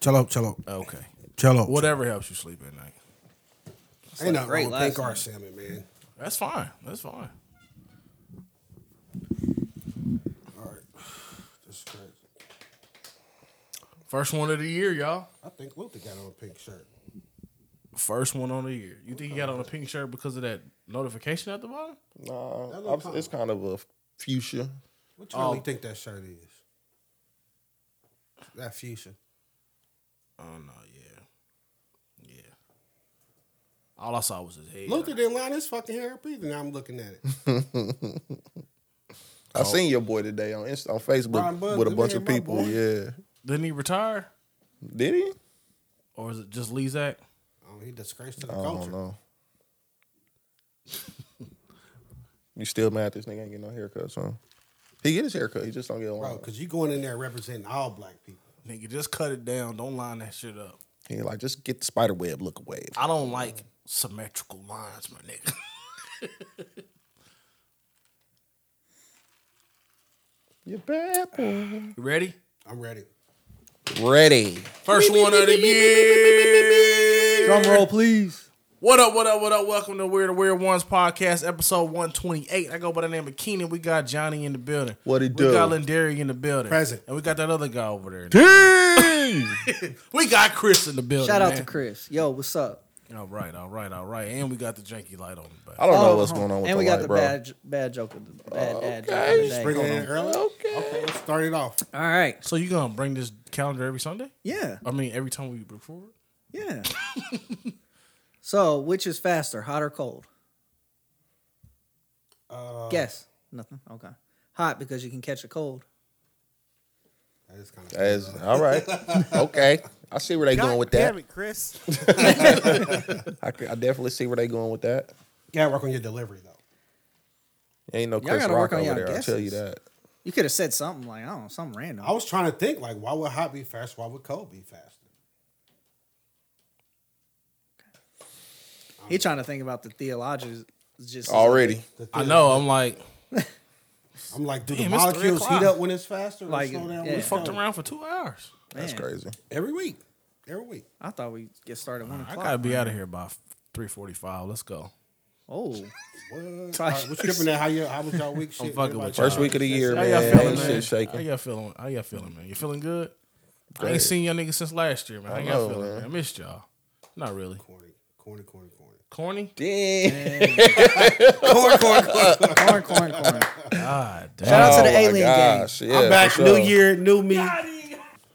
Chill out, chill out, Okay. chill out. Whatever helps you sleep at night. Ain't nothing great wrong with pink last or night. salmon, man. That's fine. That's fine. All right. This is crazy. First one of the year, y'all. I think Luther got on a pink shirt. First one on the year. You think he got on a pink shirt because of that notification at the bottom? That Nah, look I'm- Uh, it's kind of a fuchsia. What you really think that shirt is? That fuchsia. Oh no, yeah, yeah. All I saw was his head. Luther didn't line his fucking hair up either. Now I'm looking at it. Oh. I seen your boy today on Insta, on Brian Facebook Buds, with a that bunch ain't of my people. boy. Yeah, Didn't he retire, did he? or is it just Lezak? Oh, he disgraced to the I don't culture. know. you still mad this nigga ain't getting no haircut? Huh? He get his haircut. He just don't get Bro, one. because you going in there representing all black people. Nigga, just cut it down. Don't line that shit up. He like just get the spider web look away. I don't like symmetrical lines, my nigga. You bad Oh. boy. You ready? I'm ready. Ready. First one of the year. Drum roll, please. What up, what up, what up? Welcome to Weird to Weird Ones podcast, episode 128. I go by the name of Keenan. We got Johnny in the building. What it we do? got Lindari in the building. Present. And we got that other guy over there. we got Chris in the building. Shout out man. to Chris. Yo, what's up? All right, all right, all right. And we got the janky light on the back. I don't know Oh, what's going on with and the we got light, the bro. bad j- bad joke of the bad dad joke Okay. of the day. Bring it in early. Okay. Let's start it off. All right. So you gonna bring this calendar every Sunday? Yeah. I mean every time we record? Yeah. so, which is faster, hot or cold? Uh, Guess. Nothing. Okay. Hot because you can catch a cold. that is kind of As, all right. Okay. I see where they going with that. Damn it, Chris. I, c- I definitely see where they going with that. gotta work on your delivery though. Ain't no Y'all Chris gotta Rock work on over y'all there. I'll tell you guesses. that. You could have said something like, I don't know, something random. I was trying to think like, why would hot be fast? Why would cold be faster? He trying to think about the theologies just Already. The I thing- know. I'm like, I'm like, do Damn, the it's three molecules o'clock. heat up when it's faster? Or Like, slow down yeah. when We it's fucked cold? around for two hours. That's Man, crazy. every week. Every week. I thought we get started at one I o'clock. gotta be out of here by three forty-five. Let's go. Oh, What? Try- All right, what you tripping at? How, you, how was y'all week? Shit, fucking Everybody with y'all. First week of the year, How man. y'all feeling, Ain't man? shit How shaking. y'all feeling? How y'all feeling, man? You feeling good? I Great. ain't seen y'all niggas since last year, man. How I y'all know, feeling, man. man? I missed y'all. Not really. Corny, corny, corny, corny. Corny? Damn. corn, corn, corn, corn, corn, corn. God damn. Shout out to Oh the my alien gang. gosh. Yeah, I'm back. for New sure. year, new me.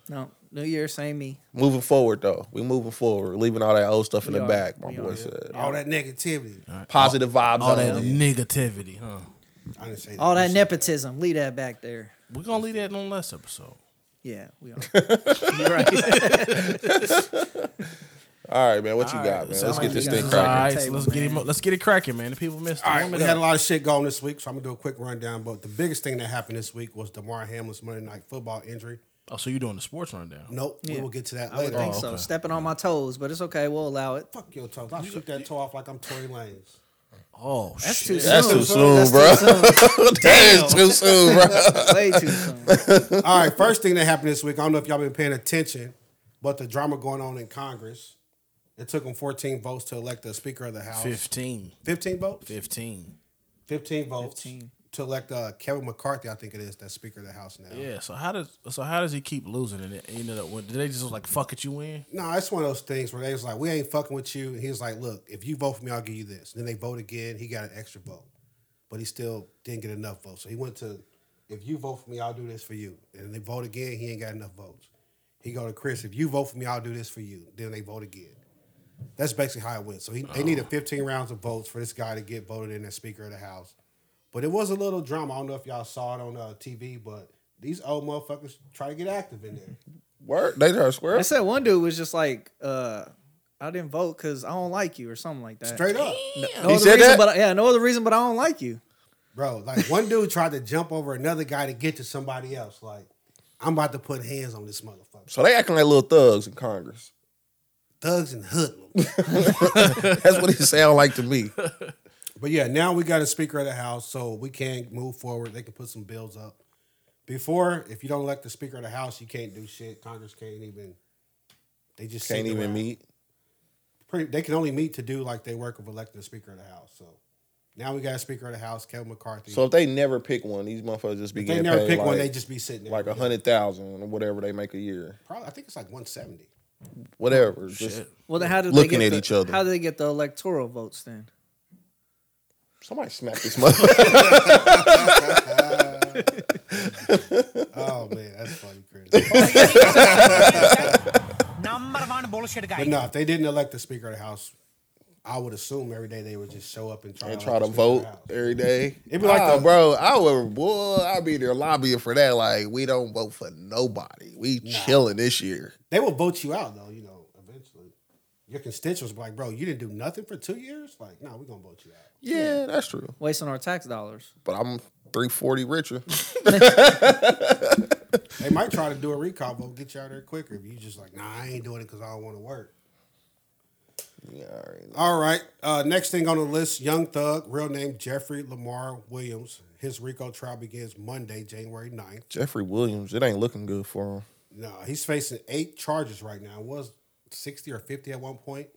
No, New Year, same me. Moving forward though. We moving forward. Leaving all that old stuff in We the are. back, my We boy are. said. All that negativity. Positive vibes All that only. negativity, huh? I didn't say that. All You that said nepotism, leave that back there. We're gonna leave that on last episode. Yeah, we are. All right, man. What you All got, right, man? sound Let's like get this you got thing All some cracking. right, so Table, let's get man. him. Let's get it cracking, man. The people missed. it. All right, Warm it we up. had a lot of shit going this week, so I'm gonna do a quick rundown. But the biggest thing that happened this week was DeMar Hamlin's Monday Night Football injury. Oh, so you're doing the sports rundown? Nope, we Yeah. will get to that I would later. think Oh, so. okay. Stepping on my toes, but it's okay. We'll allow it. Fuck your toes. I'll shoot that toe off like I'm Tory Lanez. Oh, That's too shit. soon. That's too soon, That's bro. too That is too soon, bro. soon. Way too soon. All right, first thing that happened this week, I don't know if y'all been paying attention, but the drama going on in Congress. It took them 14 votes to elect the Speaker of the House. 15. 15 votes? 15. 15 votes to elect uh, Kevin McCarthy, I think it is, that's Speaker of the House now. Yeah. So how does so how does he keep losing and it ended up? Did they just like fuck it? You in? No, it's one of those things where they was like, we ain't fucking with you. And he was like, look, if you vote for me, I'll give you this. then they vote again. He got an extra vote, but he still didn't get enough votes. So he went to, if you vote for me, I'll do this for you. And they vote again. He ain't got enough votes. He go to Chris, if you vote for me, I'll do this for you. Then they vote again. That's basically how it went. So he, they needed 15 rounds of votes for this guy to get voted in as Speaker of the House. But it was a little drama. I don't know if y'all saw it on uh, TV, but these old motherfuckers try to get active in there. Word. They try to square I up. said one dude was just like, uh, I didn't vote because I don't like you or something like that. Straight up. No He other said reason, that? but yeah, no other reason, but I don't like you. Bro, like one dude tried to jump over another guy to get to somebody else. Like, I'm about to put hands on this motherfucker. So they acting like little thugs in Congress. Thugs and hoodlums. That's what it sound like to me. but yeah, now we got a speaker of the house, so we can move forward. They can put some bills up. Before, if you don't elect the speaker of the house, you can't do shit. Congress can't even They just Can't sitting even around. meet. Pretty, they can only meet to do like their work of electing the Speaker of the House. So now we got a Speaker of the House, Kevin McCarthy. So if they never pick one, these motherfuckers just be If they getting never paid pick like, one. They just be sitting there. like a hundred thousand or whatever they make a year, Probably, I think it's like 170. whatever. Just Shit. Well, then how did Looking they get at the- each other. How did they get the electoral votes then? somebody smack this motherfucker. Oh man, that's funny, Chris. number one bullshit guy. But no, if they didn't elect the Speaker of the House, I would assume every day they would just show up and try, and to, try to elect the Speaker of vote the House. every day. It'd be like Nah, the- bro, I would, boy, I'd be there lobbying for that. Like, we don't vote for nobody. We chilling this year. They will vote you out though, you know, eventually. Your constituents will be like, bro, you didn't do nothing for two years? Like, no, we're gonna vote you out. Yeah, that's true. Wasting our tax dollars. But I'm three forty richer. They might try to do a recall vote, get you out of there quicker. If you just like, nah, I ain't doing it because I don't want to work. yeah, all right. All right. Uh, next thing on the list, Young Thug, real name Jeffrey Lamar Williams. His RICO trial begins Monday, January 9th. Jeffrey Williams, it ain't looking good for him. No, he's facing eight charges right now. It was 60 or 50 at one point,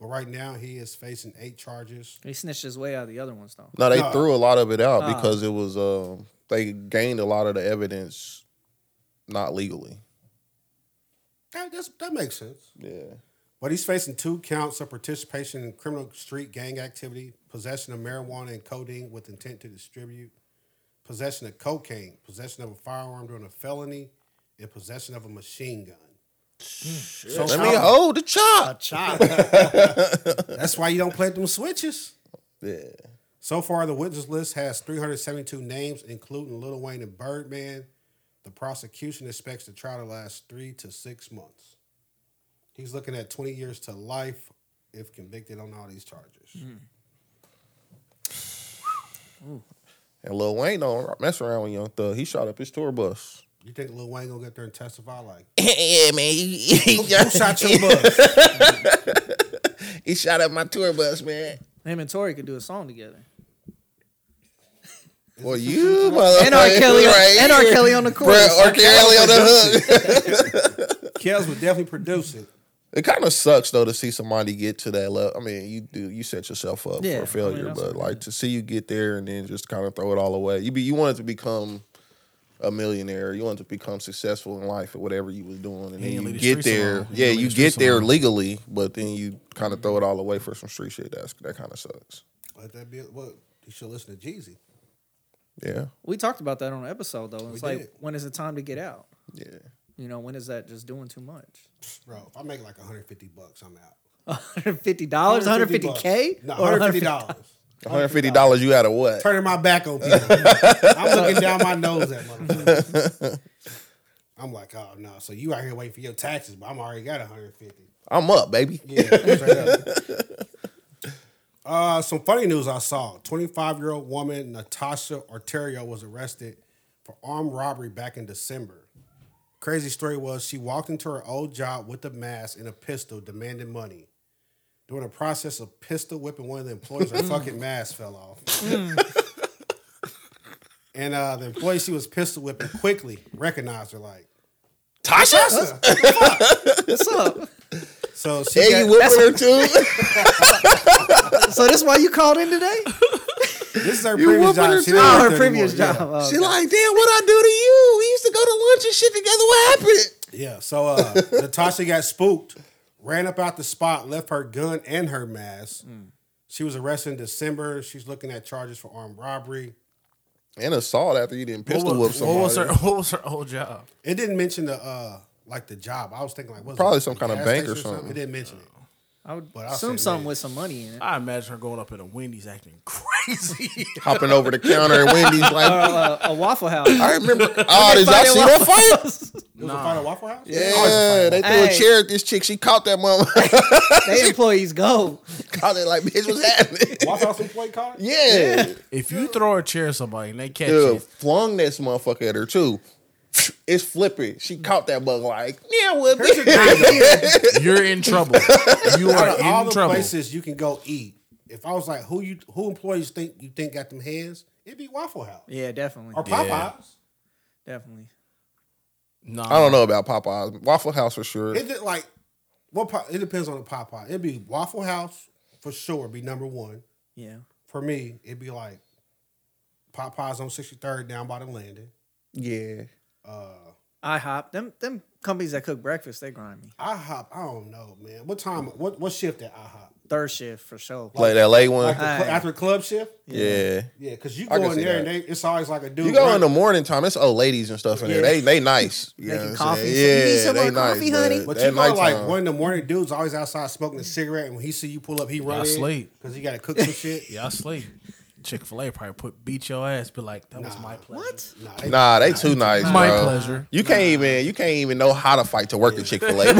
but right now he is facing eight charges. He snitched his way out of the other ones though. No, they No. threw a lot of it out because it was um they gained a lot of the evidence not legally. That, that's, that makes sense. Yeah. But he's facing two counts of participation in criminal street gang activity, possession of marijuana and codeine with intent to distribute, possession of cocaine, possession of a firearm during a felony, and possession of a machine gun. So Let how- me hold the charge. that's why you don't play them switches. Uh, Yeah. So far, the witness list has 372 names, including Lil Wayne and Birdman. The prosecution expects the trial to last three to six months. He's looking at 20 years to life if convicted on all these charges. And Lil Wayne don't mess around with Young Thug. He shot up his tour bus. You think Lil Wayne gonna get there and testify like yeah, man. He, he who shot your bus? he shot up my tour bus, man. Him and Tori could do a song together. Well, you motherfucker. And R. Kelly, right and R. here. Kelly on the Bro, chorus. R. Kelly on the hook. Kels would definitely produce it. It kind of sucks though to see somebody get to that level. I mean, you do you set yourself up Yeah, I for mean, failure, that's but what it like to see you get there and then just kind of throw it all away. You be you wanted to become a millionaire. You wanted to become successful in life or whatever you was doing, and ain't then you leave the get streets there. alone. You Yeah, ain't leave you the get streets there alone. legally, but then you kind of throw it all away for some street shit. That's that kind of sucks. Let that be what you should listen to Jeezy. Yeah, We talked about that on an episode though. It's like did. when is the time to get out? yeah. You know, when is that just doing too much? Bro, if I make like 150 bucks, I'm out. $150, 150K? No, Or 150 dollars. One hundred fifty dollars. You out of what? Turning my back on people. I'm looking down my nose at motherfuckers. I'm like, oh no, so you out here waiting for your taxes, but I'm already got 150. I'm up, baby. Yeah, straight up. Uh, some funny news I saw. 25 year old woman Natasha Arterio was arrested for armed robbery back in December. Crazy story was she walked into her old job with a mask and a pistol demanding money. During the process of pistol whipping one of the employees, her fucking mask fell off. and uh, the employee she was pistol whipping quickly recognized her like, Tasha, What's up? so she hey, got- you whipping her too? so this why you called in today? this is her You previous whooping job. her She too? didn't Oh, work her there previous anymore. job. Yeah. Oh, She like, damn, what I do to you? We used to go to lunch and shit together. What happened? Yeah, so uh, Natasha got spooked, ran up out the spot, left her gun and her mask. Mm. She was arrested in December. She's looking at charges for armed robbery. And assault after you didn't pistol What whip was, somebody. what was her What was her old job? It didn't mention the uh, like the job. I was thinking like was Probably it, some a kind of gas bank station or something. It didn't mention it. I would But I'll assume say something maybe. with some money in it. I imagine her going up in a Wendy's acting crazy. Hopping over the counter at Wendy's like, Uh, a Waffle House. I remember. Oh, did y'all see that fight? It was a fight at Waffle House. Yeah, they threw a Hey. chair at this chick. She caught that mama. they employees go. caught it like, bitch, what's happening? Waffle House employee caught it. Yeah. if you throw a chair at somebody and they catch Dude, you, flung this motherfucker at her too. It's flipping. She caught that bug like, yeah, what? bitch?" you're in trouble. You Out of all are in the trouble. places you can go eat. If I was like, who you who employees think you think got them hands? It'd be Waffle House Yeah, definitely. or Popeyes. Yeah. Definitely. Nah, I don't know about Popeyes. Waffle House for sure. It did like What pop, it depends on the Popeye. It'd be Waffle House for sure. Be number one Yeah. for me. It'd be like Popeyes on 63rd down by the landing. Yeah. Uh, IHOP. Them them companies that cook breakfast, they grimy. IHOP. I don't know, man. What time? What what shift at IHOP? Third shift for sure. Like that late one. Like the, Aye. cl- after club shift? yeah. Yeah, because you I go can in see there that. and they, it's always like a dude. You go in running. the morning time, it's old ladies and stuff in there. Yeah. They they nice. You Making know what I'm coffee. saying? So, "You need Yeah, some they more nice, coffee, honey?" But that you know, like nighttime- one in the morning, dudes always outside smoking a cigarette, and when he see you pull up, he Y'all runs sleep. because he got to cook some shit. Y'all sleep. Chick Fil A probably put beat your ass. Be like, that was my pleasure. What? Nah, they- Nah, they too nice, My bro. pleasure. You can't even you can't even know how to fight to work at Chick Fil A. yeah,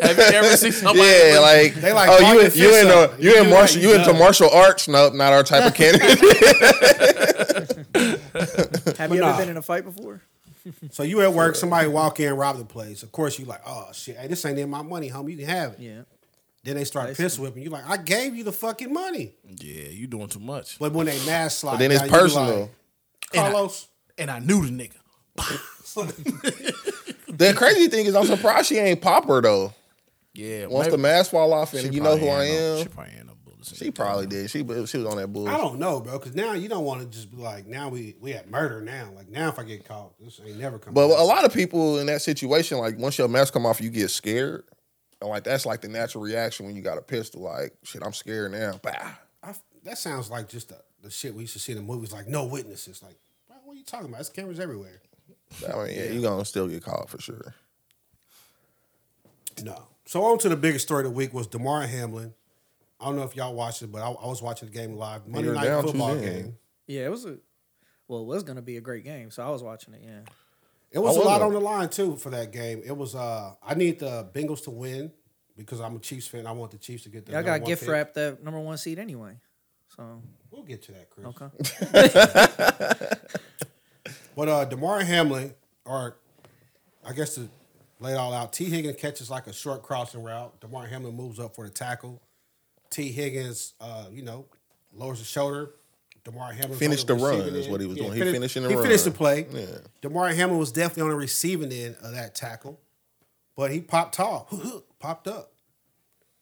Have you ever seen somebody? with- like, They like oh you lock in, your you fists in the up. you You in do martial that, you you into done. martial arts? Nope, not our type of candidate. Have But you ever nah. been in a fight before? So you at work, somebody walk in, rob the place. Of course, you like, oh shit, hey, this ain't in my money, homie. You can have it. Yeah. Then they start piss whipping. You like, I gave you the fucking money. yeah, you doing too much. But when they mass slide, then it's down, you be personal. like, Carlos, And I knew the nigga. the crazy thing is, I'm surprised she ain't popper though. Yeah. Once the maybe- mask fall off she and you know who probably I ain't no- am, She probably ain't no bullets. in she there. probably did. She she was on that bull. I don't know, bro. Because now you don't want to just be like, now we we at murder now. Like now, if I get caught, this ain't never coming. But back. a lot of people in that situation, like once your mask come off, you get scared. And like that's like the natural reaction when you got a pistol. Like shit, I'm scared now. Bah. I, that sounds like just the, the shit we used to see in the movies, like no witnesses. Like, bro, what are you talking about? There's cameras everywhere. I mean, yeah, you gonna still get caught for sure. No. So on to the biggest story of the week was Damar Hamlin. I don't know if y'all watched it, but I, I was watching the game live. Monday were night down football 2-0. game. Yeah, it was a well, it was gonna be a great game, so I was watching it, yeah. It was I a lot wasn't. on the line too for that game. It was uh I need the Bengals to win because I'm a Chiefs fan. I want the Chiefs to get the Y'all number got one gift pick. wrapped that number one seed anyway. So We'll get to that, Chris. okay. But uh Damar Hamlin, or I guess to lay it all out, T. Higgins catches like a short crossing route. Damar Hamlin moves up for the tackle. T. Higgins, uh, you know, lowers his shoulder. Damar Hamlin Finished the run is what he was doing. He finishing the he run. finished the play. Yeah. Damar Hamlin was definitely on the receiving end of that tackle, but he popped tall, popped up,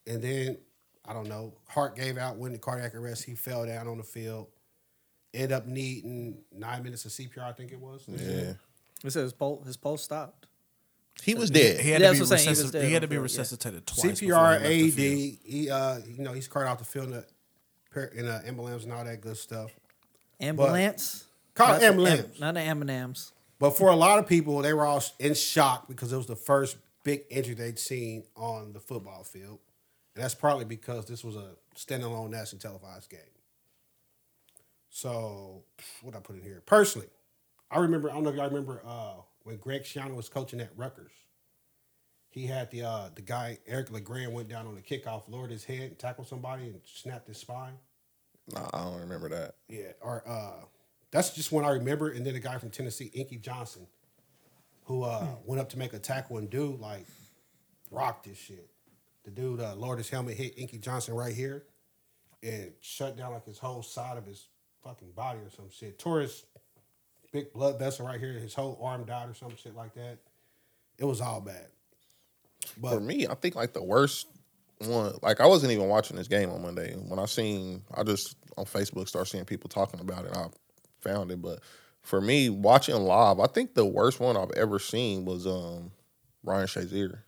and then I don't know. Hart gave out, went to cardiac arrest. He fell down on the field. End up needing nine minutes of CPR. I think it was. Yeah, It says his pulse his pulse stopped. he was dead. He had Yeah, to be, that's what I'm saying. He was resuscit- dead he had to on be the field, yeah. resuscitated twice. CPR, before he left the field. AED. He, uh, you know, he's carted out the field in a, par- in a ambulance and all that good stuff. Ambulance? Call Not it the ambulance. am- Not the M&Ms. But for a lot of people, they were all sh- in shock because it was the first big injury they'd seen on the football field, and that's partly because this was a standalone national televised game. So, what I put in here personally, I remember. I don't know if y'all remember uh, when Greg Schiano was coaching at Rutgers. He had the uh, the guy Eric Legrand went down on the kickoff, lowered his head, tackled somebody, and snapped his spine. Nah, I don't remember that. Yeah, or uh, that's just one I remember. And then a guy from Tennessee, Inky Johnson, who uh, went up to make a tackle and dude like rocked this shit. The dude uh, lowered his helmet, hit Inky Johnson right here, and shut down like his whole side of his fucking body or some shit. Tore his big blood vessel right here. His whole arm died or some shit like that. It was all bad. For me, I think like the worst one. Like I wasn't even watching this game on Monday. When I seen, I just on Facebook start seeing people talking about it. I found it, but for me, watching live, I think the worst one I've ever seen was um Ryan Shazier.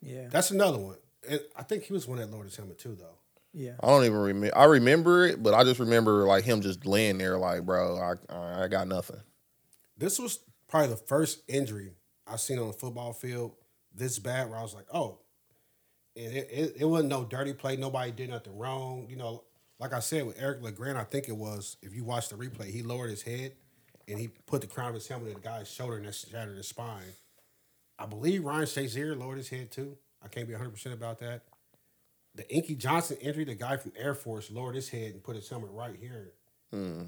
Yeah. That's another one. And I think he was the one that lowered his helmet too, though. yeah. I don't even remember. I remember it, but I just remember like him just laying there, like, bro, I- I I got nothing. this was probably the first injury I've seen on the football field this bad where I was like, oh, and it, it, it wasn't no dirty play. Nobody did nothing wrong. You know, like I said, with Eric LeGrand, I think it was, if you watch the replay, he lowered his head and he put the crown of his helmet at the guy's shoulder and that shattered his spine. I believe Ryan Shazier lowered his head too. I can't be 100% about that. The Inky Johnson injury, the guy from Air Force lowered his head and put his helmet right here.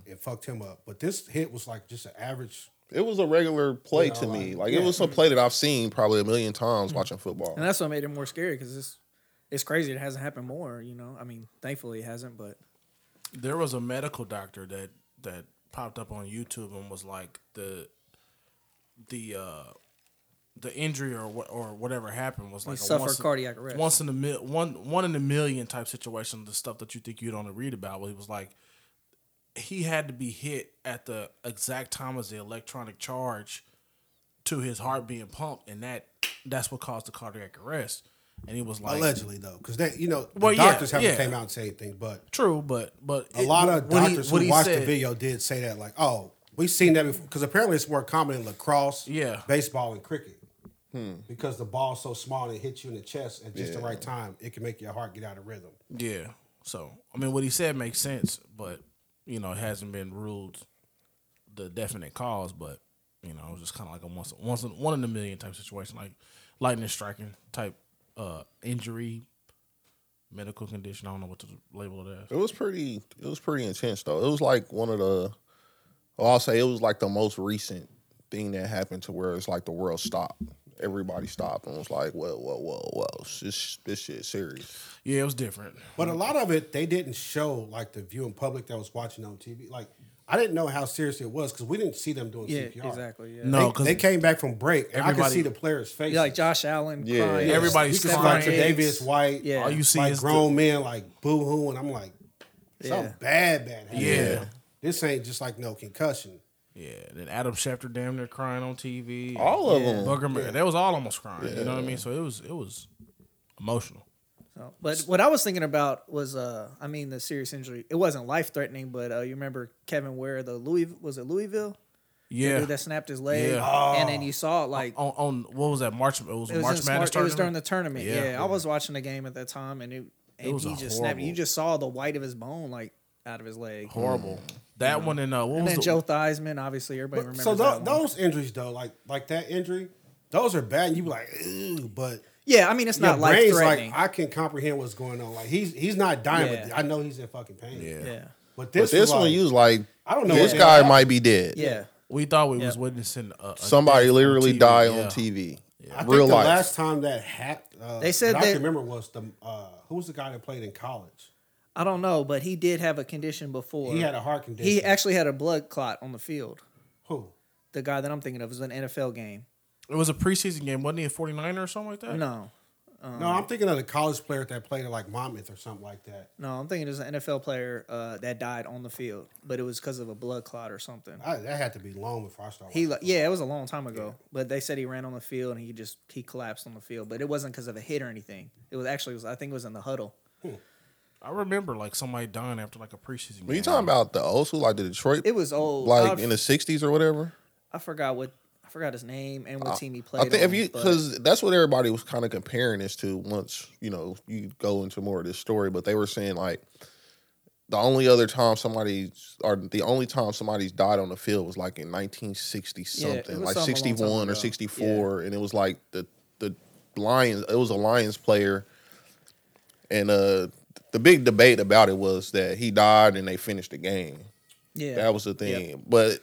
It fucked him up. But this hit was like just an average It was a regular play Yeah, to me. like- Like it yeah. was a play that I've seen probably a million times watching football. And that's what made it more scary because it's it's crazy it hasn't happened more, you know. I mean, thankfully it hasn't, but There was a medical doctor that that popped up on YouTube and was like the the uh the injury or what or whatever happened was like a suffered once in- cardiac arrest. Once in a mil- one one in a million type situation, the stuff that you think you don't read about. Well, it was like he had to be hit at the exact time as the electronic charge to his heart being pumped, and that that's what caused the cardiac arrest. And he was like, Allegedly though, because that you know the Well, yeah, doctors haven't yeah. came out and said anything, but "True, but but a lot of doctors who watched the video did say that like, oh, we've seen that before because apparently it's more common in lacrosse, Yeah. baseball and cricket. Because the ball's so small and it hits you in the chest at just the Yeah. right time, it can make your heart get out of rhythm. Yeah. So I mean, what he said makes sense, but you know, it hasn't been ruled the definite cause. But you know, it was just kind of like a once, once, in, one in a million type situation, like lightning striking type uh injury, medical condition. I don't know what to label it It as. was pretty. It was pretty intense though. It was like one of the. Well, I'll say it was like the most recent thing that happened to where it's like the world stopped. Everybody stopped and was like, "Whoa, whoa, whoa, whoa! This this shit serious." Yeah, it was different. But a lot of it they didn't show like the viewing public that was watching on TV. Like I didn't know how serious it was because we didn't see them doing Yeah, CPR. exactly. Yeah. No, they, because they came back from break. And I could Everybody- see the players' faces. Yeah, like Josh Allen. Yeah, crying. yeah. Everybody's you said crying. like Davis White. Yeah. all you see like is the- grown men like boo hoo, and I'm like, something Yeah. bad, bad. Happened. Yeah. this ain't just like no concussion. yeah. Then Adam Schefter damn near crying on TV. All of them. Booger, Man, they was all almost crying. You know what I mean? So it was it was emotional. So, but what I was thinking about was, uh, I mean, the serious injury. It wasn't life threatening, but uh, you remember Kevin Ware, the Louis was it Louisville? The Yeah. dude that snapped his leg, Yeah. and Oh. then you saw it like On, on what was that March? It was it March was in Madness. smart, it was during tournament? the tournament. Yeah. Yeah, I was watching the game at that time, and it and was he a just snapped. You horrible- just saw the white of his bone like out of his leg. horrible. That one and uh, what And was then the, Joe Theismann, obviously, everybody remembers So that tho- one. those injuries though, like like that injury, those are bad. And you be like, Ew, but yeah, I mean, it's your not life brain's threatening. like, I can comprehend what's going on. Like he's he's not dying, Yeah. but I know he's in fucking pain. Yeah. yeah, But But this, this is one, like, you was like, I don't know This what- guy might be dead. yeah, We thought we was Yeah. witnessing a, a Somebody death on literally TV. died Yeah. on TV. I think Real the life. last time that happened, uh, They said that I they- can remember was the uh, who was the guy that played in college. I don't know, but he did have a condition before. He had a heart condition. he actually had a blood clot on the field. who The guy that I'm thinking of was an NFL game. It was a preseason game, wasn't he? A 49er or something like that. No, Um. No, I'm thinking of the college player that played at like Monmouth or something like that. no, I'm thinking it was an NFL player uh, that died on the field, but it was because of a blood clot or something. I, that had to be long before I started. He watching. like yeah, it was a long time ago, but they said he ran on the field and he just he collapsed on the field, but it wasn't because of a hit or anything. It was actually it was, I think it was in the huddle. I remember like somebody dying after like a preseason. Are game. you talking about the old school, like the Detroit, It was old. like I, in the '60s or whatever? I forgot what I forgot his name and what team he played. Uh, I think if on, you but- because that's what everybody was kind of comparing this to. Once you know you go into more of this story, but they were saying like the only other time somebody's or the only time somebody's died on the field was like in 1960 Yeah, it something, was like something a long time 61 or ago. 64, and it was like the the Lions. It was a Lions player, and uh the big debate about it was that he died and they finished the game. yeah, That was the thing. But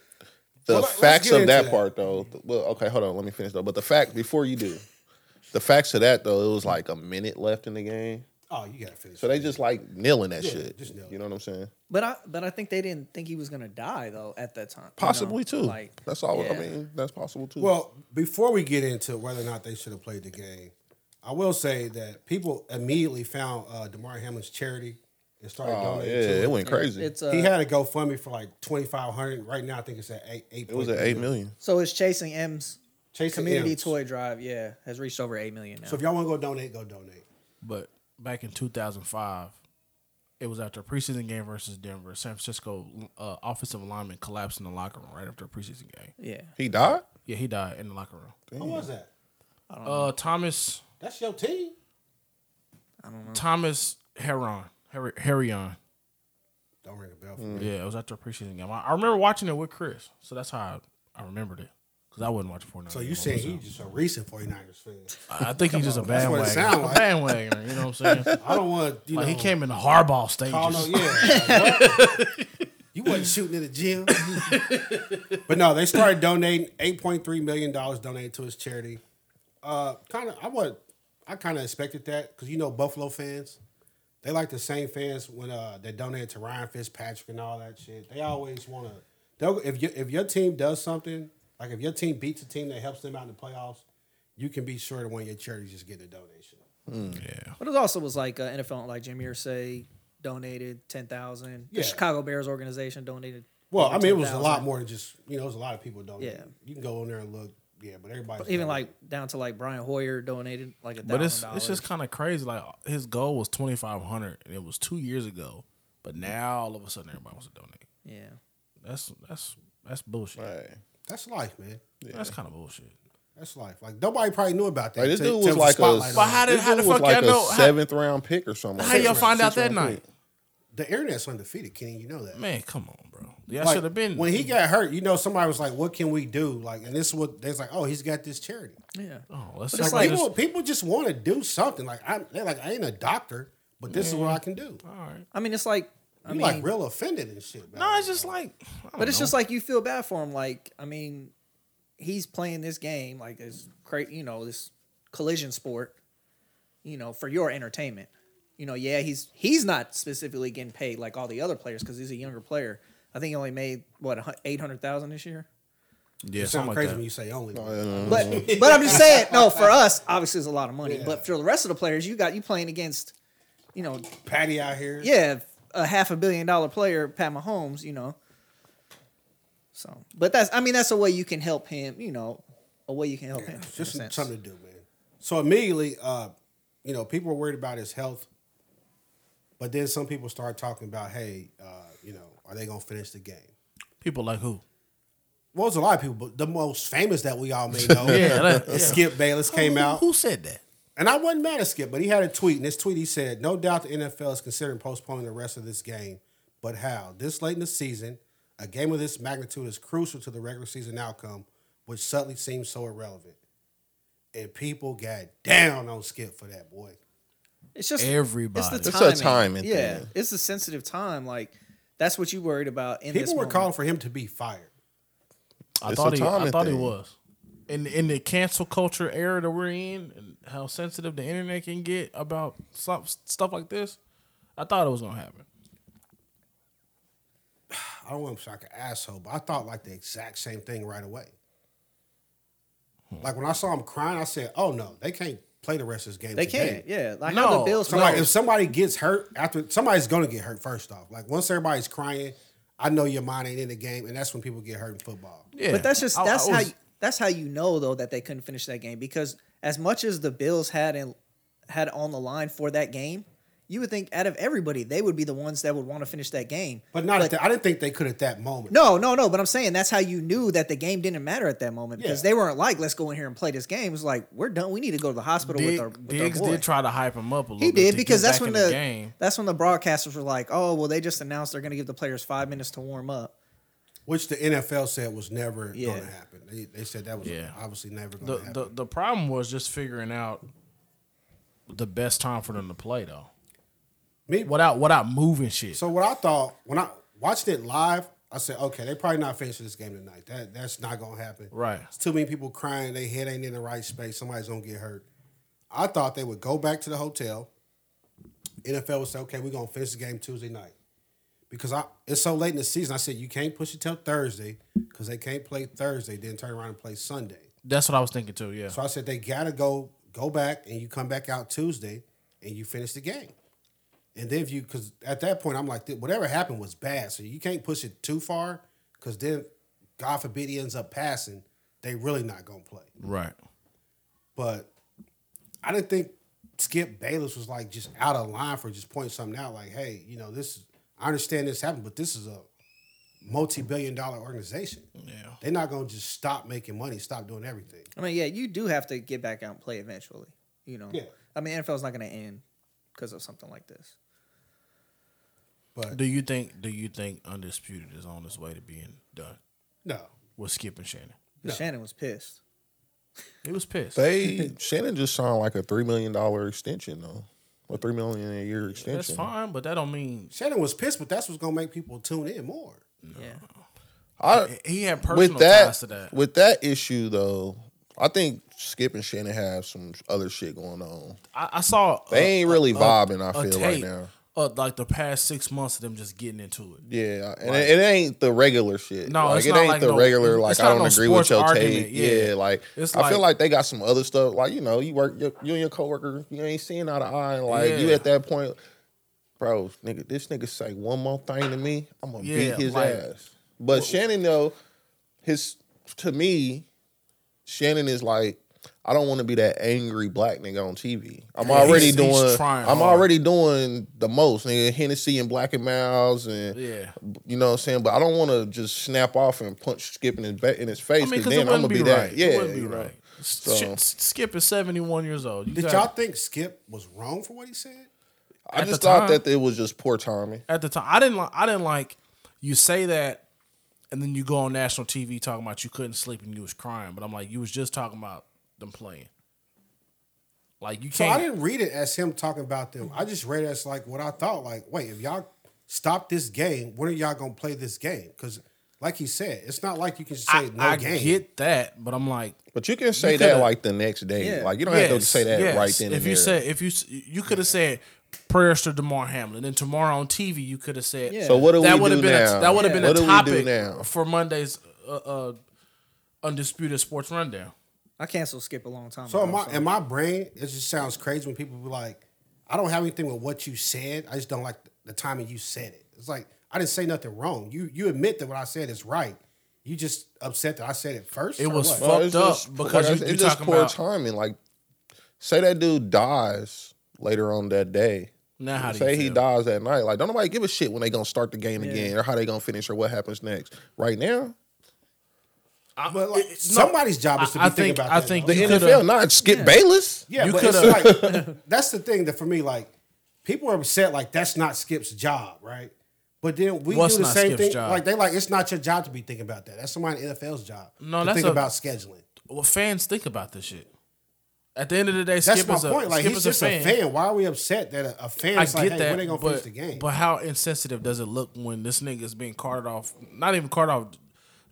the Well, let- let's facts get of into that, that. part, though. th- Well, okay, hold on. Let me finish though. But the fact before you do, the facts of that though, it was like a minute left in the game, oh, you gotta finish. so they just like kneeling that Yeah, shit. just kneel. You know what I'm saying? but I but I think they didn't think he was gonna die though at that time. you know? Possibly too. Like that's all. I yeah. mean, that's possible too. well, before we get into whether or not they should have played the game, I will say that people immediately found uh, Demar Hamlin's charity and started Oh, yeah, donating. to it it. went crazy. It's uh, he had a GoFundMe for like twenty five hundred. Right now, I think it's at eight. eight it was at eight million. so it's chasing M's Chasing community M's. toy drive. Yeah, has reached over eight million now. So if y'all want to go donate, go donate. But back in 2005, it was after a preseason game versus Denver. San Francisco uh, offensive lineman collapsed in the locker room right after a preseason game. yeah, He died. Yeah, he died in the locker room. Who was that? Uh, Thomas That's your team. Thomas Heron Her- Herion. Don't ring a bell Mm. for me. Yeah, it was after a preseason game. I, I remember watching it with Chris, so that's how I, I remembered it. Because I wouldn't watch 49 So you saying you just a recent 49ers fan? I think he's just a that's what it bandwagoner. sound like. A bandwagoner, you know what I'm saying? I don't want you Like know. he came in the Harbaugh stages. Oh no, yeah. Like, what? you wasn't shooting in the gym. but no, they started donating eight point three million dollars donated to his charity. Uh kinda I was I kinda expected that because you know Buffalo fans, they like the same fans when uh they donated to Ryan Fitzpatrick and all that shit. They always wanna they'll if you if your team does something, like if your team beats a team that helps them out in the playoffs, you can be sure that one of your charities just getting a donation. Yeah. But it also was like uh, NFL, like Jimmy Irsay donated ten thousand. Yeah. The Chicago Bears organization donated. Well, over I mean, it was a 10,000. lot more than just you know, it was a lot of people donating. Yeah. you can go in there and look. Yeah, but everybody Even like down to like Brian Hoyer donated like a thousand. But it's it's just kind of crazy. Like his goal was twenty five hundred, and it was two years ago. But now all of a sudden everybody wants to donate. yeah. That's that's that's bullshit. Right. that's life, man. That's kind of bullshit. That's life. Like nobody probably knew about that. Like, this till- dude till was the like a. spotlight But on it. how did- this how the dude was fuck like y'all know- A how- seventh round pick or something. How y'all find out that Sixth round night? pick. the internet's undefeated, Kenny. You know that. Man, come on, bro. Y'all Like, should have been when he got hurt. You know, somebody was like, "What can we do?" Like, and this is what they're like, "Oh, he's got this charity." Yeah. Oh, let's it's talk like- about this. people, people just want to do something. Like, I'm they're like, "I ain't a doctor, but this is what I can do." All right. I mean, it's like I You mean, like real offended and shit. about No, it. it's just like. I don't but it's know. just like you feel bad for him. Like I mean, he's playing this game like this cra you know, this collision sport. You know, for your entertainment. You know, yeah, he's he's not specifically getting paid like all the other players because he's a younger player. I think he only made what eight hundred thousand this year. yeah, It sounds something like crazy that. when you say only. Oh, But but I'm just saying, no, for us, obviously it's a lot of money. But for the rest of the players, you got you playing against, you know, Patty out here. yeah, a half a billion dollar player, Pat Mahomes, you know. So, but that's I mean that's a way you can help him, you know, a way you can help him. It's in a just sense. something to do, man. So immediately, uh, you know, people were worried about his health, but then some people start talking about, hey, uh, you know, are they gonna finish the game? People like who? Well, it's a lot of people, but the most famous that we all may know, Yeah, that- is yeah. Skip Bayless came Who- out, Who said that? and I wasn't mad at Skip, but he had a tweet. And this tweet, he said, "No doubt the NFL is considering postponing the rest of this game, but how? This late in the season, a game of this magnitude is crucial to the regular season outcome, which suddenly seems so irrelevant." And people got down on Skip for that boy. It's just Everybody. It's the It's a timing. timing yeah, thing. it's a sensitive time. Like that's what you worried about. In this People were moment. calling for him to be fired. I It's thought a he. I timing thought he thing. was. In in the cancel culture era that we're in, and how sensitive the internet can get about stuff stuff like this, I thought it was gonna happen. I don't want to sound like an asshole, but I thought like the exact same thing right away. Like when I saw him crying, I said, "Oh no, they can't play the rest of this game." They today. can't. Yeah, like how the No, Bills. So like if somebody gets hurt after somebody's gonna get hurt first off. Like once everybody's crying, I know your mind ain't in the game, and that's when people get hurt in football. Yeah, But that's just I- I that's how was- you, that's how you know though that they couldn't finish that game because as much as the Bills had in, had on the line for that game, you would think out of everybody they would be the ones that would want to finish that game. But not at that. I didn't think they could at that moment. No, no, no. But I'm saying that's how you knew that the game didn't matter at that moment because Yeah. they weren't like, let's go in here and play this game. It was like, we're done. We need to go to the hospital with Dig, our, with our Diggs boy. did try to hype him up a little. he bit did to because get that's back when in the, game. that's when the broadcasters were like, oh well, they just announced they're going to give the players five minutes to warm up. Which the NFL said was never Yeah. gonna happen. They, they said that was Yeah. obviously never gonna the, happen. the the problem was just figuring out the best time for them to play though. Me- without without moving shit. So what I thought when I watched it live, I said, okay, they probably not finishing this game tonight. That that's not gonna happen. Right. It's too many people crying. They head ain't in the right space. Somebody's gonna get hurt. I thought they would go back to the hotel. NFL would say, okay, we're gonna finish the game Tuesday night. Because I it's so late in the season. I said you can't push it till Thursday because they can't play Thursday, then turn around and play Sunday. that's what I was thinking too. Yeah, So I said they gotta go go back and you come back out Tuesday and you finish the game. And then if you because at that point I'm like "Th- whatever happened was bad, so you can't push it too far because then God forbid he ends up passing, they really not gonna play. right. But I didn't think Skip Bayless was like just out of line for just pointing something out like hey you know this I understand this happened but this is a multi billion dollar organization. Yeah, They're not gonna just stop making money, stop doing everything. I mean, yeah, you do have to get back out and play eventually. You know, Yeah. I mean, NFL's not going to end because of something like this. But Do you think do you think Undisputed is on its way to being done no, with Skip and Shannon? 'Cause Shannon was pissed. He was pissed. They Shannon just signed like a three million dollar extension though, a three million a year extension. That's fine, but that don't mean Shannon was pissed, but that's what's gonna make people tune in more. Yeah, I, he had personal with that, ties to that. with that issue though, I think Skip and Shannon have some other shit going on. I, I saw They ain't really vibing. I a feel right tape now. uh, like the past six months of them just getting into it. Yeah, and it, it ain't the regular shit. No, like, it's it not ain't like the no- regular. it's Like not I don't no agree with sports your argument, take. Yeah, yeah. like It's I feel like- like they got some other stuff. Like you know, you work your, you and your coworker, you ain't seeing eye to eye. and, Like you Yeah. at that point, bro, nigga, this nigga say one more thing to me, I'm gonna Yeah, beat his like- ass. But Shannon though, his to me, Shannon is like. I don't want to be that angry black nigga on TV. I'm Yeah, already he's- doing. he's trying I'm hard. already doing the most, nigga. Hennessy and Black and Miles and Yeah. you know what I'm saying? But I don't want to just snap off and punch Skip in his, ba- in his face I mean, because because it then I'm wouldn't going be, right. to be, that. Yeah. it wouldn't be you know. right. Sh- So- Skip is seventy one years old. You Did got- y'all think Skip was wrong for what he said? I At just the time- thought that it was just poor timing. at the time. I didn't like. I didn't like. You say that, and then you go on national TV talking about you couldn't sleep and you was crying. But I'm like, you was just talking about them playing. Like you So I can't. didn't read it as him talking about them. I just read it as like what I thought. Like, wait, if y'all stop this game, when are y'all gonna play this game? Because, like he said, it's not like you can just say no I, I game. get that, but I'm like, But you can say that coulda- like the next day. Yeah. Like you don't have to yes, say that yes. right then If and you there. said, if you s- you could have said prayers to Demar Hamlin, and tomorrow on TV you could have said, Yeah. so what do that we would do have been now? a, that would have been what a do we topic do now? for Monday's uh, uh, undisputed sports rundown. I canceled Skip a long time So ago. in my in my brain, it just sounds crazy when people be like, "I don't have anything with what you said. I just don't like the timing you said it." It's like I didn't say nothing wrong. You you admit that what I said is right. You just upset that I said it first. It or was what? fucked it's up just- because like I you- said, you it's just talking poor about- timing. Like, say that dude dies later on that day. Now, how do you say he feel? dies that night. Like, don't nobody give a shit when they gonna start the game again or how they gonna finish or what happens next. Right now, but like, no, somebody's job is to be I- I thinking think- about I that, think though. the You coulda- NFL not Skip Bayless. Yeah, You but it's coulda- like that's the thing that for me, like people are upset, like that's not Skip's job, right? But then we What's do the not same Skip's thing. job? Like they like it's not your job to be thinking about that. That's somebody in NFL's job. No, to that's think a- about scheduling. Well, fans think about this shit. At the end of the day, That's Skip my is a point. Like Skip he's is a just fan. Why are we upset that a, a fan I is get like, hey, that, when they gonna but, finish the game? but how insensitive does it look when this nigga is being carted off? Not even carted off,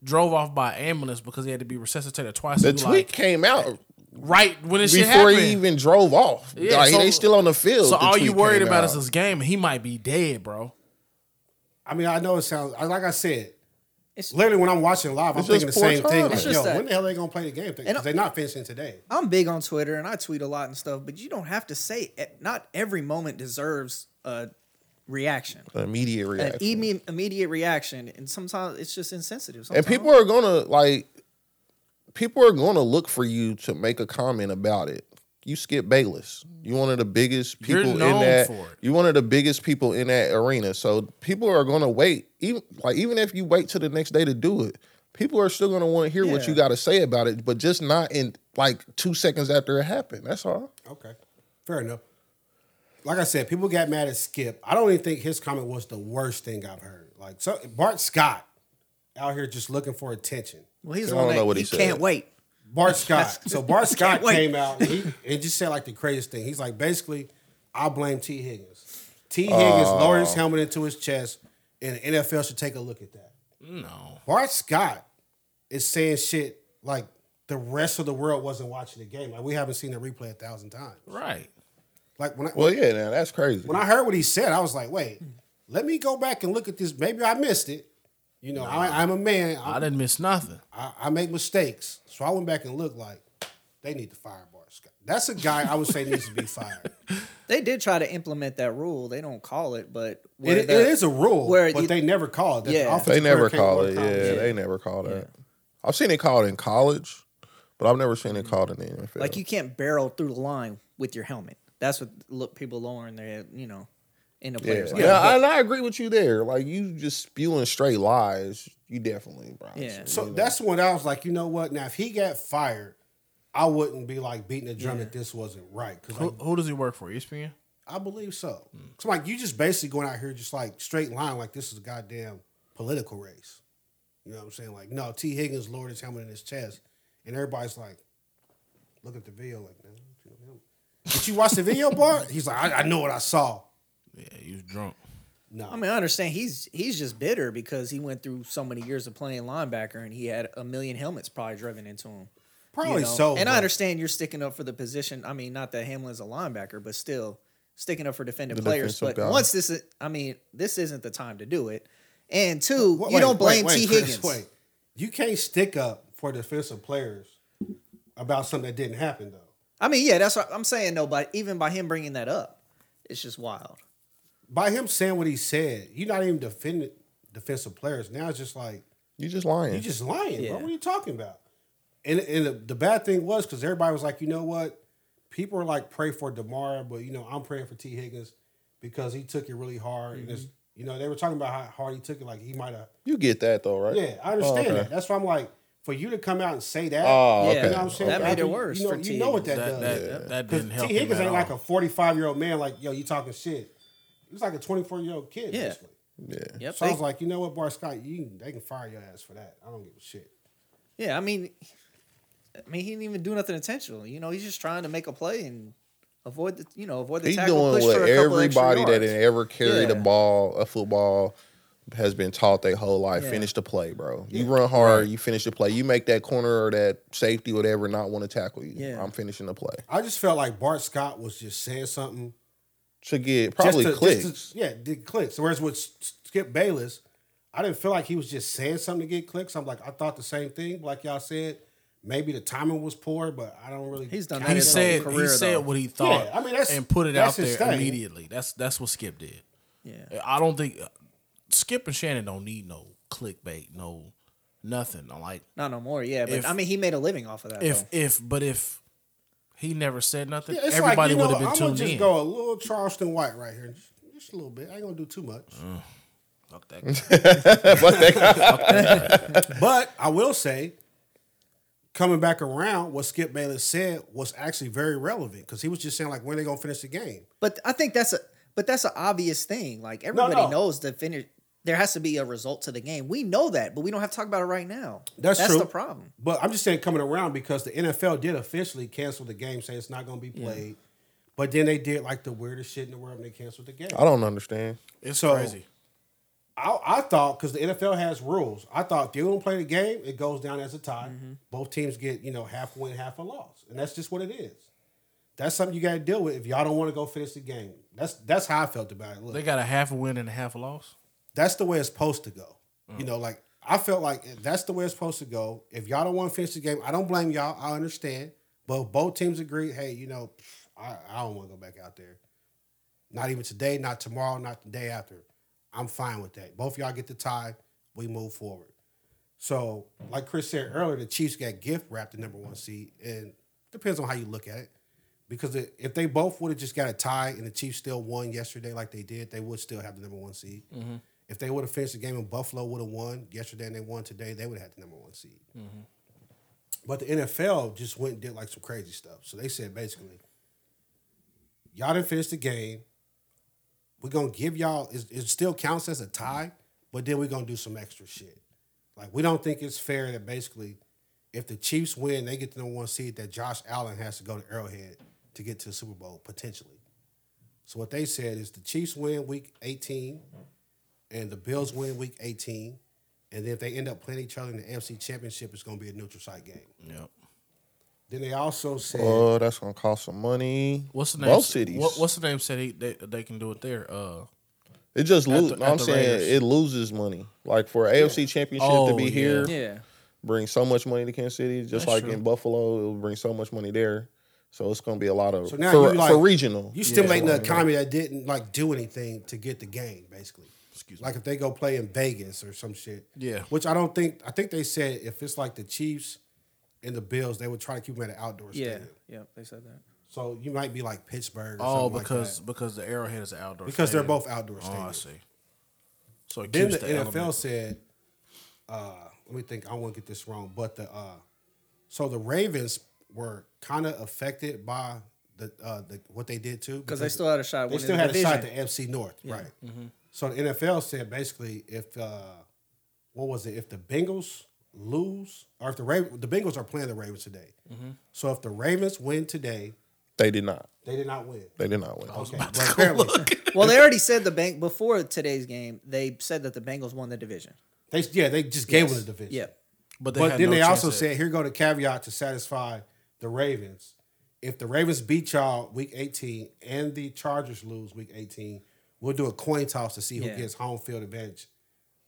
drove off by ambulance because he had to be resuscitated twice. The You tweet like, came out right when this shit before happened. he even drove off. Yeah, like so- they still on the field. so the all you tweet worried came about out. is this game. He might be dead, bro. I mean, I know it sounds I- like I said. It's- literally when I'm watching live, I'm It's thinking the just poor same thing. timing. Like, It's yo, just that- when the hell are they gonna play the game? Because they're not finishing today. I'm big on Twitter and I tweet a lot and stuff, but you don't have to say it. Not every moment deserves a reaction, The immediate an reaction. imme- immediate reaction, and sometimes it's just insensitive. and Sometimes. people are gonna like people are gonna look for you to make a comment about it. You skip Bayless. You one of the biggest You're people in known that. for it. You one of the biggest people in that arena. So people are gonna wait. Even like even if you wait till the next day to do it, people are still gonna want to hear what Yeah. you got to say about it. But just not in like two seconds after it happened. That's all. Okay, fair enough. Like I said, people got mad at Skip. I don't even think his comment was the worst thing I've heard. Like so, Bart Scott out here just looking for attention. well, he's I the one don't know that what he, he said. can't wait. Bart Scott. So Bart Scott wait. came out and, he, and just said like the craziest thing. He's like, basically, I blame T. Higgins. T. Higgins lowered his helmet into his chest, and the NFL should take a look at that. No, Bart Scott is saying shit like the rest of the world wasn't watching the game. Like we haven't seen the replay a thousand times. right. Like when I, Well, yeah, now that's crazy. when I heard what he said, I was like, wait, let me go back and look at this. Maybe I missed it. You know, I, I'm a man. I I, didn't miss nothing. I, I make mistakes. So I went back and looked like they need to fire Bart Scott. That's a guy I would say needs to be fired. They did try to implement that rule. They don't call it, but It, where it the- is a rule, where but you- they never call it. That the Yeah. They offensive They never player can't call go to it. Yeah, college. they never call that. I've seen it called in college, but I've never seen it called in the NFL. Mm-hmm. like you can't barrel through the line with your helmet. That's what look people lowering their you know in the yeah, players. yeah. I, and I agree with you there. Like you just spewing straight lies. You definitely, bro. Yeah. So that's when I was like, you know what? Now if he got fired, I wouldn't be like beating the drum that this wasn't right because Who, who does he work for? E ESPN. I believe so. So like you just basically going out here just like straight line like this is a goddamn political race. You know what I'm saying? Like no, T Higgins lowered his helmet in his chest, and everybody's like, look at the video. Like, man, you know him. did you watch the video, Bart? He's like, I, I know what I saw. Yeah, he was drunk. No, I mean, I understand he's he's just bitter because he went through so many years of playing linebacker and he had a million helmets probably driven into him. you probably know? so. And I but- understand you're sticking up for the position. I mean, not that Hamlin's a linebacker, but still, sticking up for defending The players. defensive But guy. once this, is, I mean, this isn't the time to do it. And two, Wait, you don't blame wait, wait, T Chris, Higgins. wait. you can't stick up for defensive players about something that didn't happen though. I mean, yeah, that's what I'm saying. though, but even by him bringing that up, it's just wild. By him saying what he said, you're not even defending defensive players. Now it's just like You just lying. you just lying, Yeah. bro. What are you talking about? And and the, the bad thing was because everybody was like, you know what? People are like pray for Demar, but you know I'm praying for T Higgins because he took it really hard. And it's, Mm-hmm. you know they were talking about how hard he took it, like he might have. you get that though, right? Yeah, I understand Oh, okay. that. That's why I'm like, for you to come out and say that, Yeah. Oh, you okay. know what I'm saying? That made After it you- worse You know, for you T. know what that, That that, does. that, that didn't help. T. him Higgins at ain't like a all. 45 year old man, like, yo, you talking shit. He was like a 24 year old kid, Yeah. basically. Yeah. Yep. So I they- was like, you know what, Bar Scott, you can, they can fire your ass for that. I don't give a shit. yeah, I mean, I mean, he didn't even do nothing intentional. You know, he's just trying to make a play and avoid the, you know, avoid the He's tackle. doing push for what a couple extra everybody that yards. had ever carried a Yeah. ball, a football, has been taught their whole life. Yeah. Finish the play, bro. You run hard, you finish the play. You make that corner or that safety, whatever, not want to tackle you. Yeah. I'm finishing the play. I just felt like Bart Scott was just saying something. To get probably just to, clicks. Just to, yeah, did clicks. Whereas with S- Skip Bayless, I didn't feel like he was just saying something to get clicks. I'm like, I thought the same thing. Like y'all said, maybe the timing was poor, but I don't really. He's done count that He it his on- said whole he career, said though. what he thought. Yeah, I mean, that's- and put it out that's there his thing. immediately. That's that's what Skip did. Yeah. I don't think uh, Skip and Shannon don't need no clickbait, no nothing. I'm like Not no more. Yeah, but If- I mean, he made a living off of that. if though. if but if he never said nothing, Yeah, it's everybody like, you would know, have been I'm gonna tuned just in. go a little Charleston White right here, just, just a little bit. I ain't gonna do too much. Uh. Fuck that guy. But I will say, coming back around, what Skip Bayless said was actually very relevant because he was just saying like, when are they gonna finish the game? But I think that's a but that's an obvious thing. Like everybody no. knows the finish. There has to be a result to the game. We know that, but we don't have to talk about it right now. That's true. the problem. But I'm just saying coming around because the NFL did officially cancel the game, saying it's not gonna be played. But then they did like the weirdest shit in the world and they canceled the game. I don't understand. It's So- crazy. I, I thought because the NFL has rules. I thought if you don't play the game, it goes down as a tie. Both teams get you know half a win, half a loss, and that's just what it is. That's something you got to deal with if y'all don't want to go finish the game. That's that's how I felt about it. Look, They got a half a win and a half a loss. that's the way it's supposed to go. You know, like I felt like that's the way it's supposed to go. If y'all don't want to finish the game, I don't blame y'all. I understand. But if both teams agree, hey, you know, pff, I, I don't want to go back out there. Not even today, not tomorrow, not the day after. I'm fine with that. Both y'all get the tie, we move forward. So, like Chris said earlier, the Chiefs got gift wrapped the number one seed, and depends on how you look at it. Because it- if they both would have just got a tie and the Chiefs still won yesterday, like they did, they would still have the number one seed. If they would have finished the game and Buffalo would have won yesterday and they won today, they would have had the number one seed. But the NFL just went and did like some crazy stuff. So they said basically, y'all didn't finish the game. We're gonna give y'all it, it still counts as a tie, but then we're gonna do some extra shit. Like we don't think it's fair that basically if the Chiefs win, they get the number one seed that Josh Allen has to go to Arrowhead to get to the Super Bowl potentially. So what they said is the Chiefs win week 18 and the Bills win week 18. And then if they end up playing each other in the AFC championship, it's gonna be a neutral site game. Yep. Then they also said Oh, that's gonna cost some money. What's the name? Both cities. What, what's the name? Said he, they they can do it there. Uh, it just at lose. the- no, at I'm the saying Raiders? it loses money. Like for AFC championship to Oh, be yeah. here, Yeah, bring so much money to Kansas City. Just That's like true. in Buffalo, it'll bring so much money there. So it's gonna be a lot of So now for, you like- for regional. You stimulating the economy that didn't like do anything to get the game, basically. Excuse me. Like if they go play in Vegas or some shit. Yeah. Which I don't think I think they said if it's like the Chiefs and the Bills, they would try to keep them at an outdoor yeah, stadium. yeah. They said that. So you might be like Pittsburgh or oh, something because like because the Arrowhead is an outdoor. that. Because they're stadium. both outdoor Oh, I stadiums. see. So it then keeps the, the, NFL element. said, uh, let me think, I won't get this wrong, but the uh, so the Ravens were kind of affected by the, uh, the what they did too Because they still had a shot. at they winning still the had a shot at Mm-hmm. the FC division. North, right? So the NFL said basically if uh, what was it? If the Bengals lose, or if the Raven, the Bengals are playing the Ravens today, so if the Ravens win today, They did not. they did not win. They did not win. Okay, but apparently Well, they already said the bank before today's game. They said that the Bengals won the division. they yeah they just gave them the division. Yeah, but, they but had then no they chance also at- said here go the caveat to satisfy the Ravens. if the Ravens beat y'all week 18 and the Chargers lose week 18, we'll do a coin toss to see who Yeah. gets home field advantage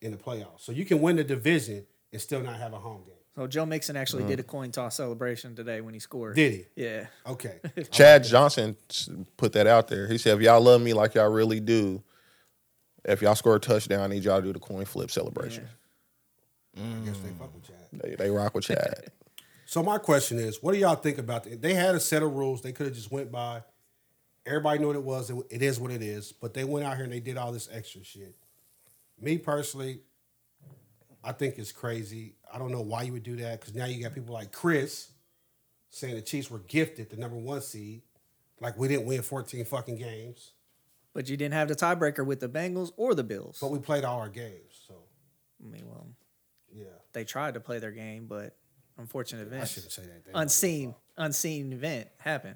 in the playoffs. So you can win the division and still not have a home game. So Joe Mixon actually did a coin toss celebration today when he scored. Mm-hmm. Did he? Yeah. Okay. Chad Johnson s- put that out there. He said, if y'all love me like y'all really do, if y'all score a touchdown, I need y'all to do the coin flip celebration. I guess they fuck with Chad. They, they rock with Chad. So my question is, what do y'all think about that? They had a set of rules they could have just went by. Everybody knew what it was. It it is what it is. But they went out here and they did all this extra shit. Me personally, I think it's crazy. I don't know why you would do that because now you got people like Chris saying the Chiefs were gifted the number one seed. Like we didn't win 14 fucking games, But you didn't have the tiebreaker with the Bengals or the Bills. but we played all our games. So I mean, well, yeah, they tried to play their game, but unfortunate I event, shouldn't say that. They- unseen, unseen event happened.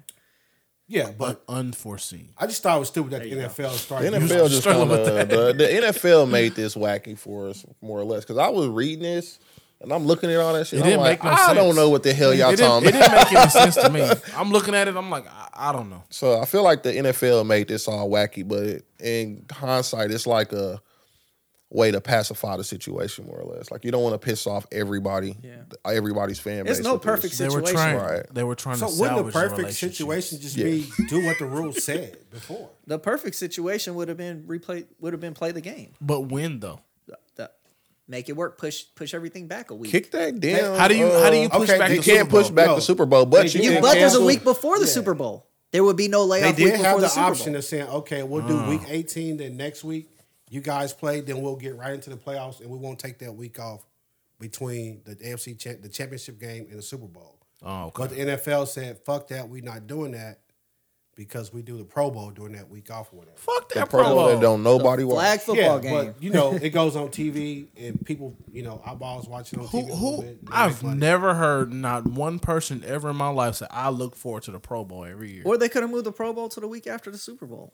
Yeah, but but unforeseen. I just thought it was stupid that the you go. NFL The started. NFL just struggling kind with of the, the NFL made this wacky for us more or less because I was reading this and I'm looking at all that shit. It I'm didn't like, make no I don't sense. know what the hell y'all it, didn't, talking it about. didn't make any sense to me. I'm looking at it. I'm like, I, I don't know. So I feel like the NFL made this all wacky, but in hindsight, it's like a way to pacify the situation more or less. Like you don't want to piss off everybody, Yeah. everybody's fan base. It's no with this. perfect They were situation. trying. Right. They were trying So to wouldn't salvage the the perfect relationship. situation just Yeah. be do what the rules said before? The perfect situation would have been replay would have been play the game. But when though? The- the- make it work. Push push everything back a week. Kick that down. How do you- how do you uh, push back They the Super can't push Bowl? back No. the Super Bowl, but They you did can but there's a cancel- week before the Yeah. Super Bowl. There would be no They layoff week did before have the the Super option Bowl. of saying, okay, we'll Uh. do week 18, then next week you guys play, then we'll get right into the playoffs and we won't take that week off between the AFC cha- the championship game and the Super Bowl. Oh, But the okay. NFL said, fuck that, we're not doing that because we do the Pro Bowl during that week off or whatever. Fuck The that Pro Bowl that promo. don't nobody Flag watch. football yeah, game. but you know it goes on TV and people, you know, eyeballs watching on Who, TV. a little who? bit, and they make I've money. never heard not one person ever in my life say I look forward to the Pro Bowl every year. or they could have moved the Pro Bowl to the week after the Super Bowl.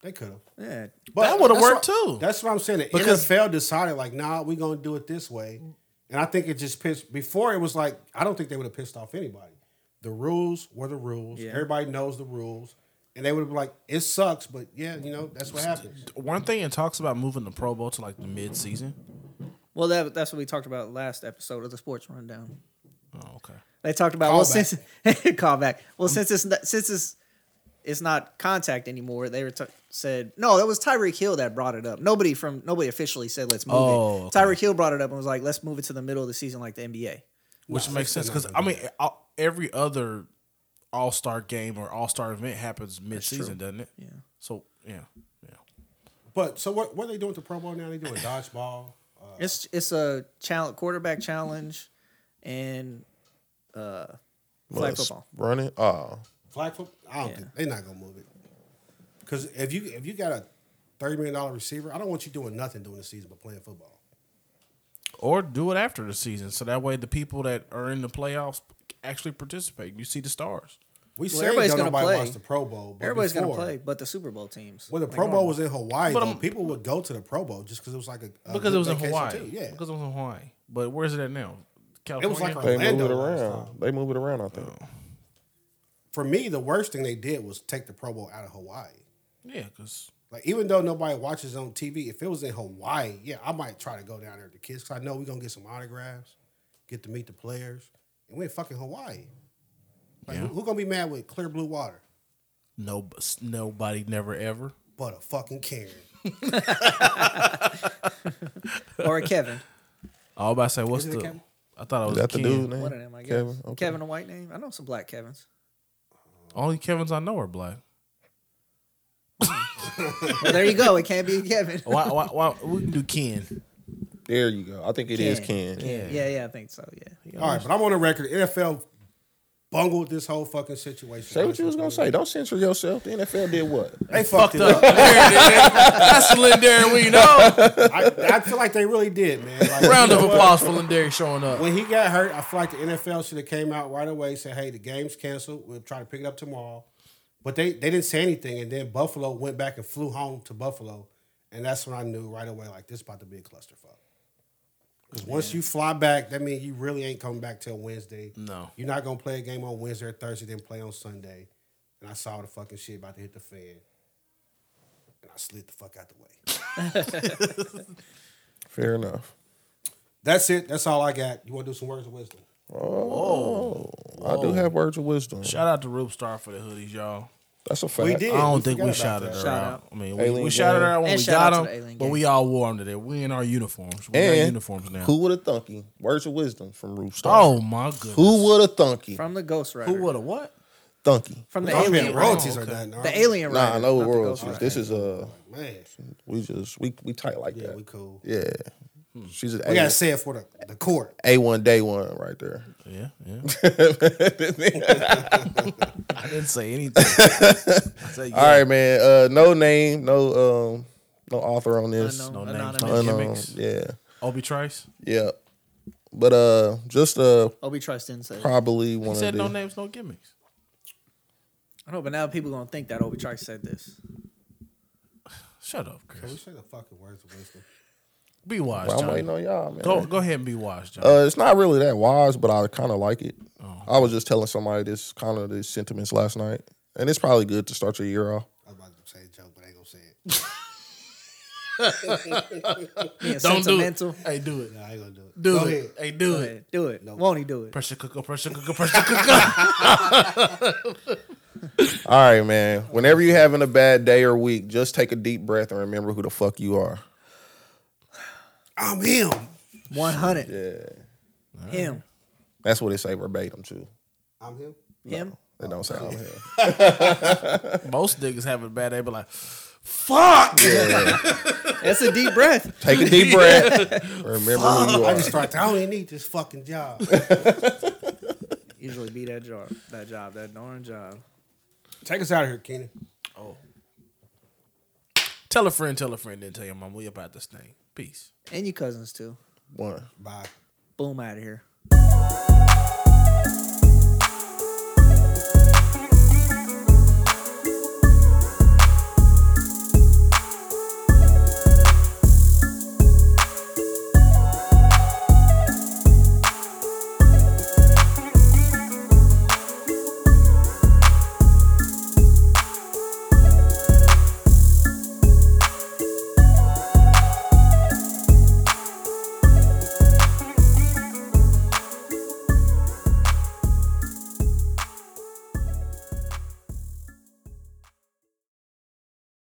they could have. Yeah. But That would've that's worked, what- too. That's what I'm saying. The Because- NFL decided like, nah, we're gonna do it this way, and I think it just pissed. Before it was like, I don't think they would have pissed off anybody. The rules were the rules. Yeah. Everybody knows the rules, and they would have been like, it sucks, but yeah, you know, that's what happens. One thing it talks about moving the Pro Bowl to like the mid season. Well, that, that's what we talked about last episode of the sports rundown. Oh, okay. They talked about Callback. well since callback. Well, since it's not, since it's it's not contact anymore, they were t- said no. That was Tyreek Hill that brought it up. Nobody from nobody officially said let's move Oh, it. okay. Tyreek Hill brought it up and was like, let's move it to the middle of the season like the NBA. Which makes sense because I mean, all- every other All Star game or All Star event happens mid season, doesn't it? Yeah. So yeah, yeah. But so what? What are they doing with the Pro Bowl now? They doing dodgeball. Uh, It's it's a challenge, quarterback challenge, and uh, flag football. Running. Oh, Flag football? I don't Yeah. think they're not gonna move it. Because if you if you got a thirty million dollar receiver, I don't want you doing nothing during the season but playing football. Or do it after the season, so that way the people that are in the playoffs actually participate. You see the stars. We Well, say everybody's don't gonna nobody play. watch the Pro Bowl. But Everybody's before, gonna play, but the Super Bowl teams. When the Like Pro Bowl normal. was in Hawaii, But though, I'm- people would go to the Pro Bowl just because it was like a, a Because good it was in vacation, Hawaii. Too. Yeah, Because it was in Hawaii. But where's it at now? California. like they Orlando move it last around. They move it around. I think. Oh. for me, the worst thing they did was take the Pro Bowl out of Hawaii. yeah, because Like even though nobody watches on TV, if it was in Hawaii, yeah, I might try to go down there with the kids because I know we're gonna get some autographs, get to meet the players, and we're in fucking Hawaii. Like Yeah. who, who gonna be mad with clear blue water? no, nobody never ever. But a fucking Karen. or a Kevin, I was about to say, what's Is it the? Kevin? I thought it Is was that the Ken. dude name? one of them, I guess. Kevin. Kevin, Okay. a white name. I know some black Kevins. Only Kevin's I know are black. Well, there you go. It can't be a Kevin. Why? Why? why we can do Ken. There you go. I think it is Ken. Ken. Yeah, yeah, I think so. Yeah. All right, but I'm on the record. NFL bungled this whole fucking situation. Say what you was gonna say. Don't censor yourself. The NFL did what? They fucked, it up. There it is. That's the Lindari we know. I, I feel like they really did, man. Like, Round you of know what? applause for Lindari showing up. When he got hurt, I feel like the NFL should have came out right away said, "Hey, the game's canceled. We'll try to pick it up tomorrow." But they they didn't say anything, and then Buffalo went back and flew home to Buffalo, and that's when I knew right away like this about to be a clusterfuck. Because once you fly back, that means you really ain't coming back till Wednesday. No. You're not gonna play a game on Wednesday or Thursday, then play on Sunday. And I saw the fucking shit about to hit the fan. And I slid the fuck out the way. Fair enough. That's it. That's all I got. You wanna do some words of wisdom? Oh, I do have words of wisdom. Shout out to Roop Star for the hoodies, y'all. That's a fact. We did. I don't we think we forgot about shouted that. her Shout out. out. I mean, we, Alien we shouted her Gang. out when And we shout out got to the Alien them, but Gang. we all wore them today. We in our uniforms. We got And uniforms now. Who would have thunk you? Words of wisdom from Roof Star. Oh my goodness. Who would have thunk you? from the Ghost Rider. Who would have what? Thunk you. From the I don't Alien have royalties Rider. or nothing. all The right? Alien Nah, Rider. no not the Ghost royalties. Rider. This is uh, Man, we just we we tight like yeah, that. we cool. Hmm. Yeah, she's an We gotta A1, say it for the, the court. A1 day one right there. Yeah, yeah. I didn't say anything. I said, All right, man. Uh, no name, no um, no author on this. Unknown. No names, no Anonymous. Unknown. gimmicks. Yeah, Obi Trice. yeah. But uh, just uh, Obi Trice didn't say. that. probably He one of said no the. names, no gimmicks. I know, but now people gonna think that Obi Trice said this. Shut up, Can we Chris. say the fucking words of wisdom? Be wise, Well, I'm Johnny. waiting on y'all, man. Go go ahead and be wise, Johnny. Uh, it's not really that wise, but I kind of like it. Oh. I was just telling somebody this kind of these sentiments last night, and it's probably good to start your year off. I was about to say a joke, but I ain't gonna say it. Being Don't do it. sentimental. Hey, do it. Nah, I ain't gonna do it. Do Go it. ahead. Hey, do Go it. ahead, do it. Won't he do it? Pressure cooker, pressure cooker, pressure cooker. All right, man. Whenever you're having a bad day or week, just take a deep breath and remember who the fuck you are. I'm him. One hundred. Yeah, Him. that's what they say verbatim too. I'm him. Him. It don't sound like him. Most niggas have a bad day, but like, fuck. That's a deep breath. Take a deep breath. Remember who you I are. just start. I don't even need this fucking job. Usually be that job. That job. That darn job. Take us out of here, Keenan. Oh. Tell a friend, tell a friend, then tell your mom we about this thing. Peace. And your cousins too. One. Bye. Boom out of here.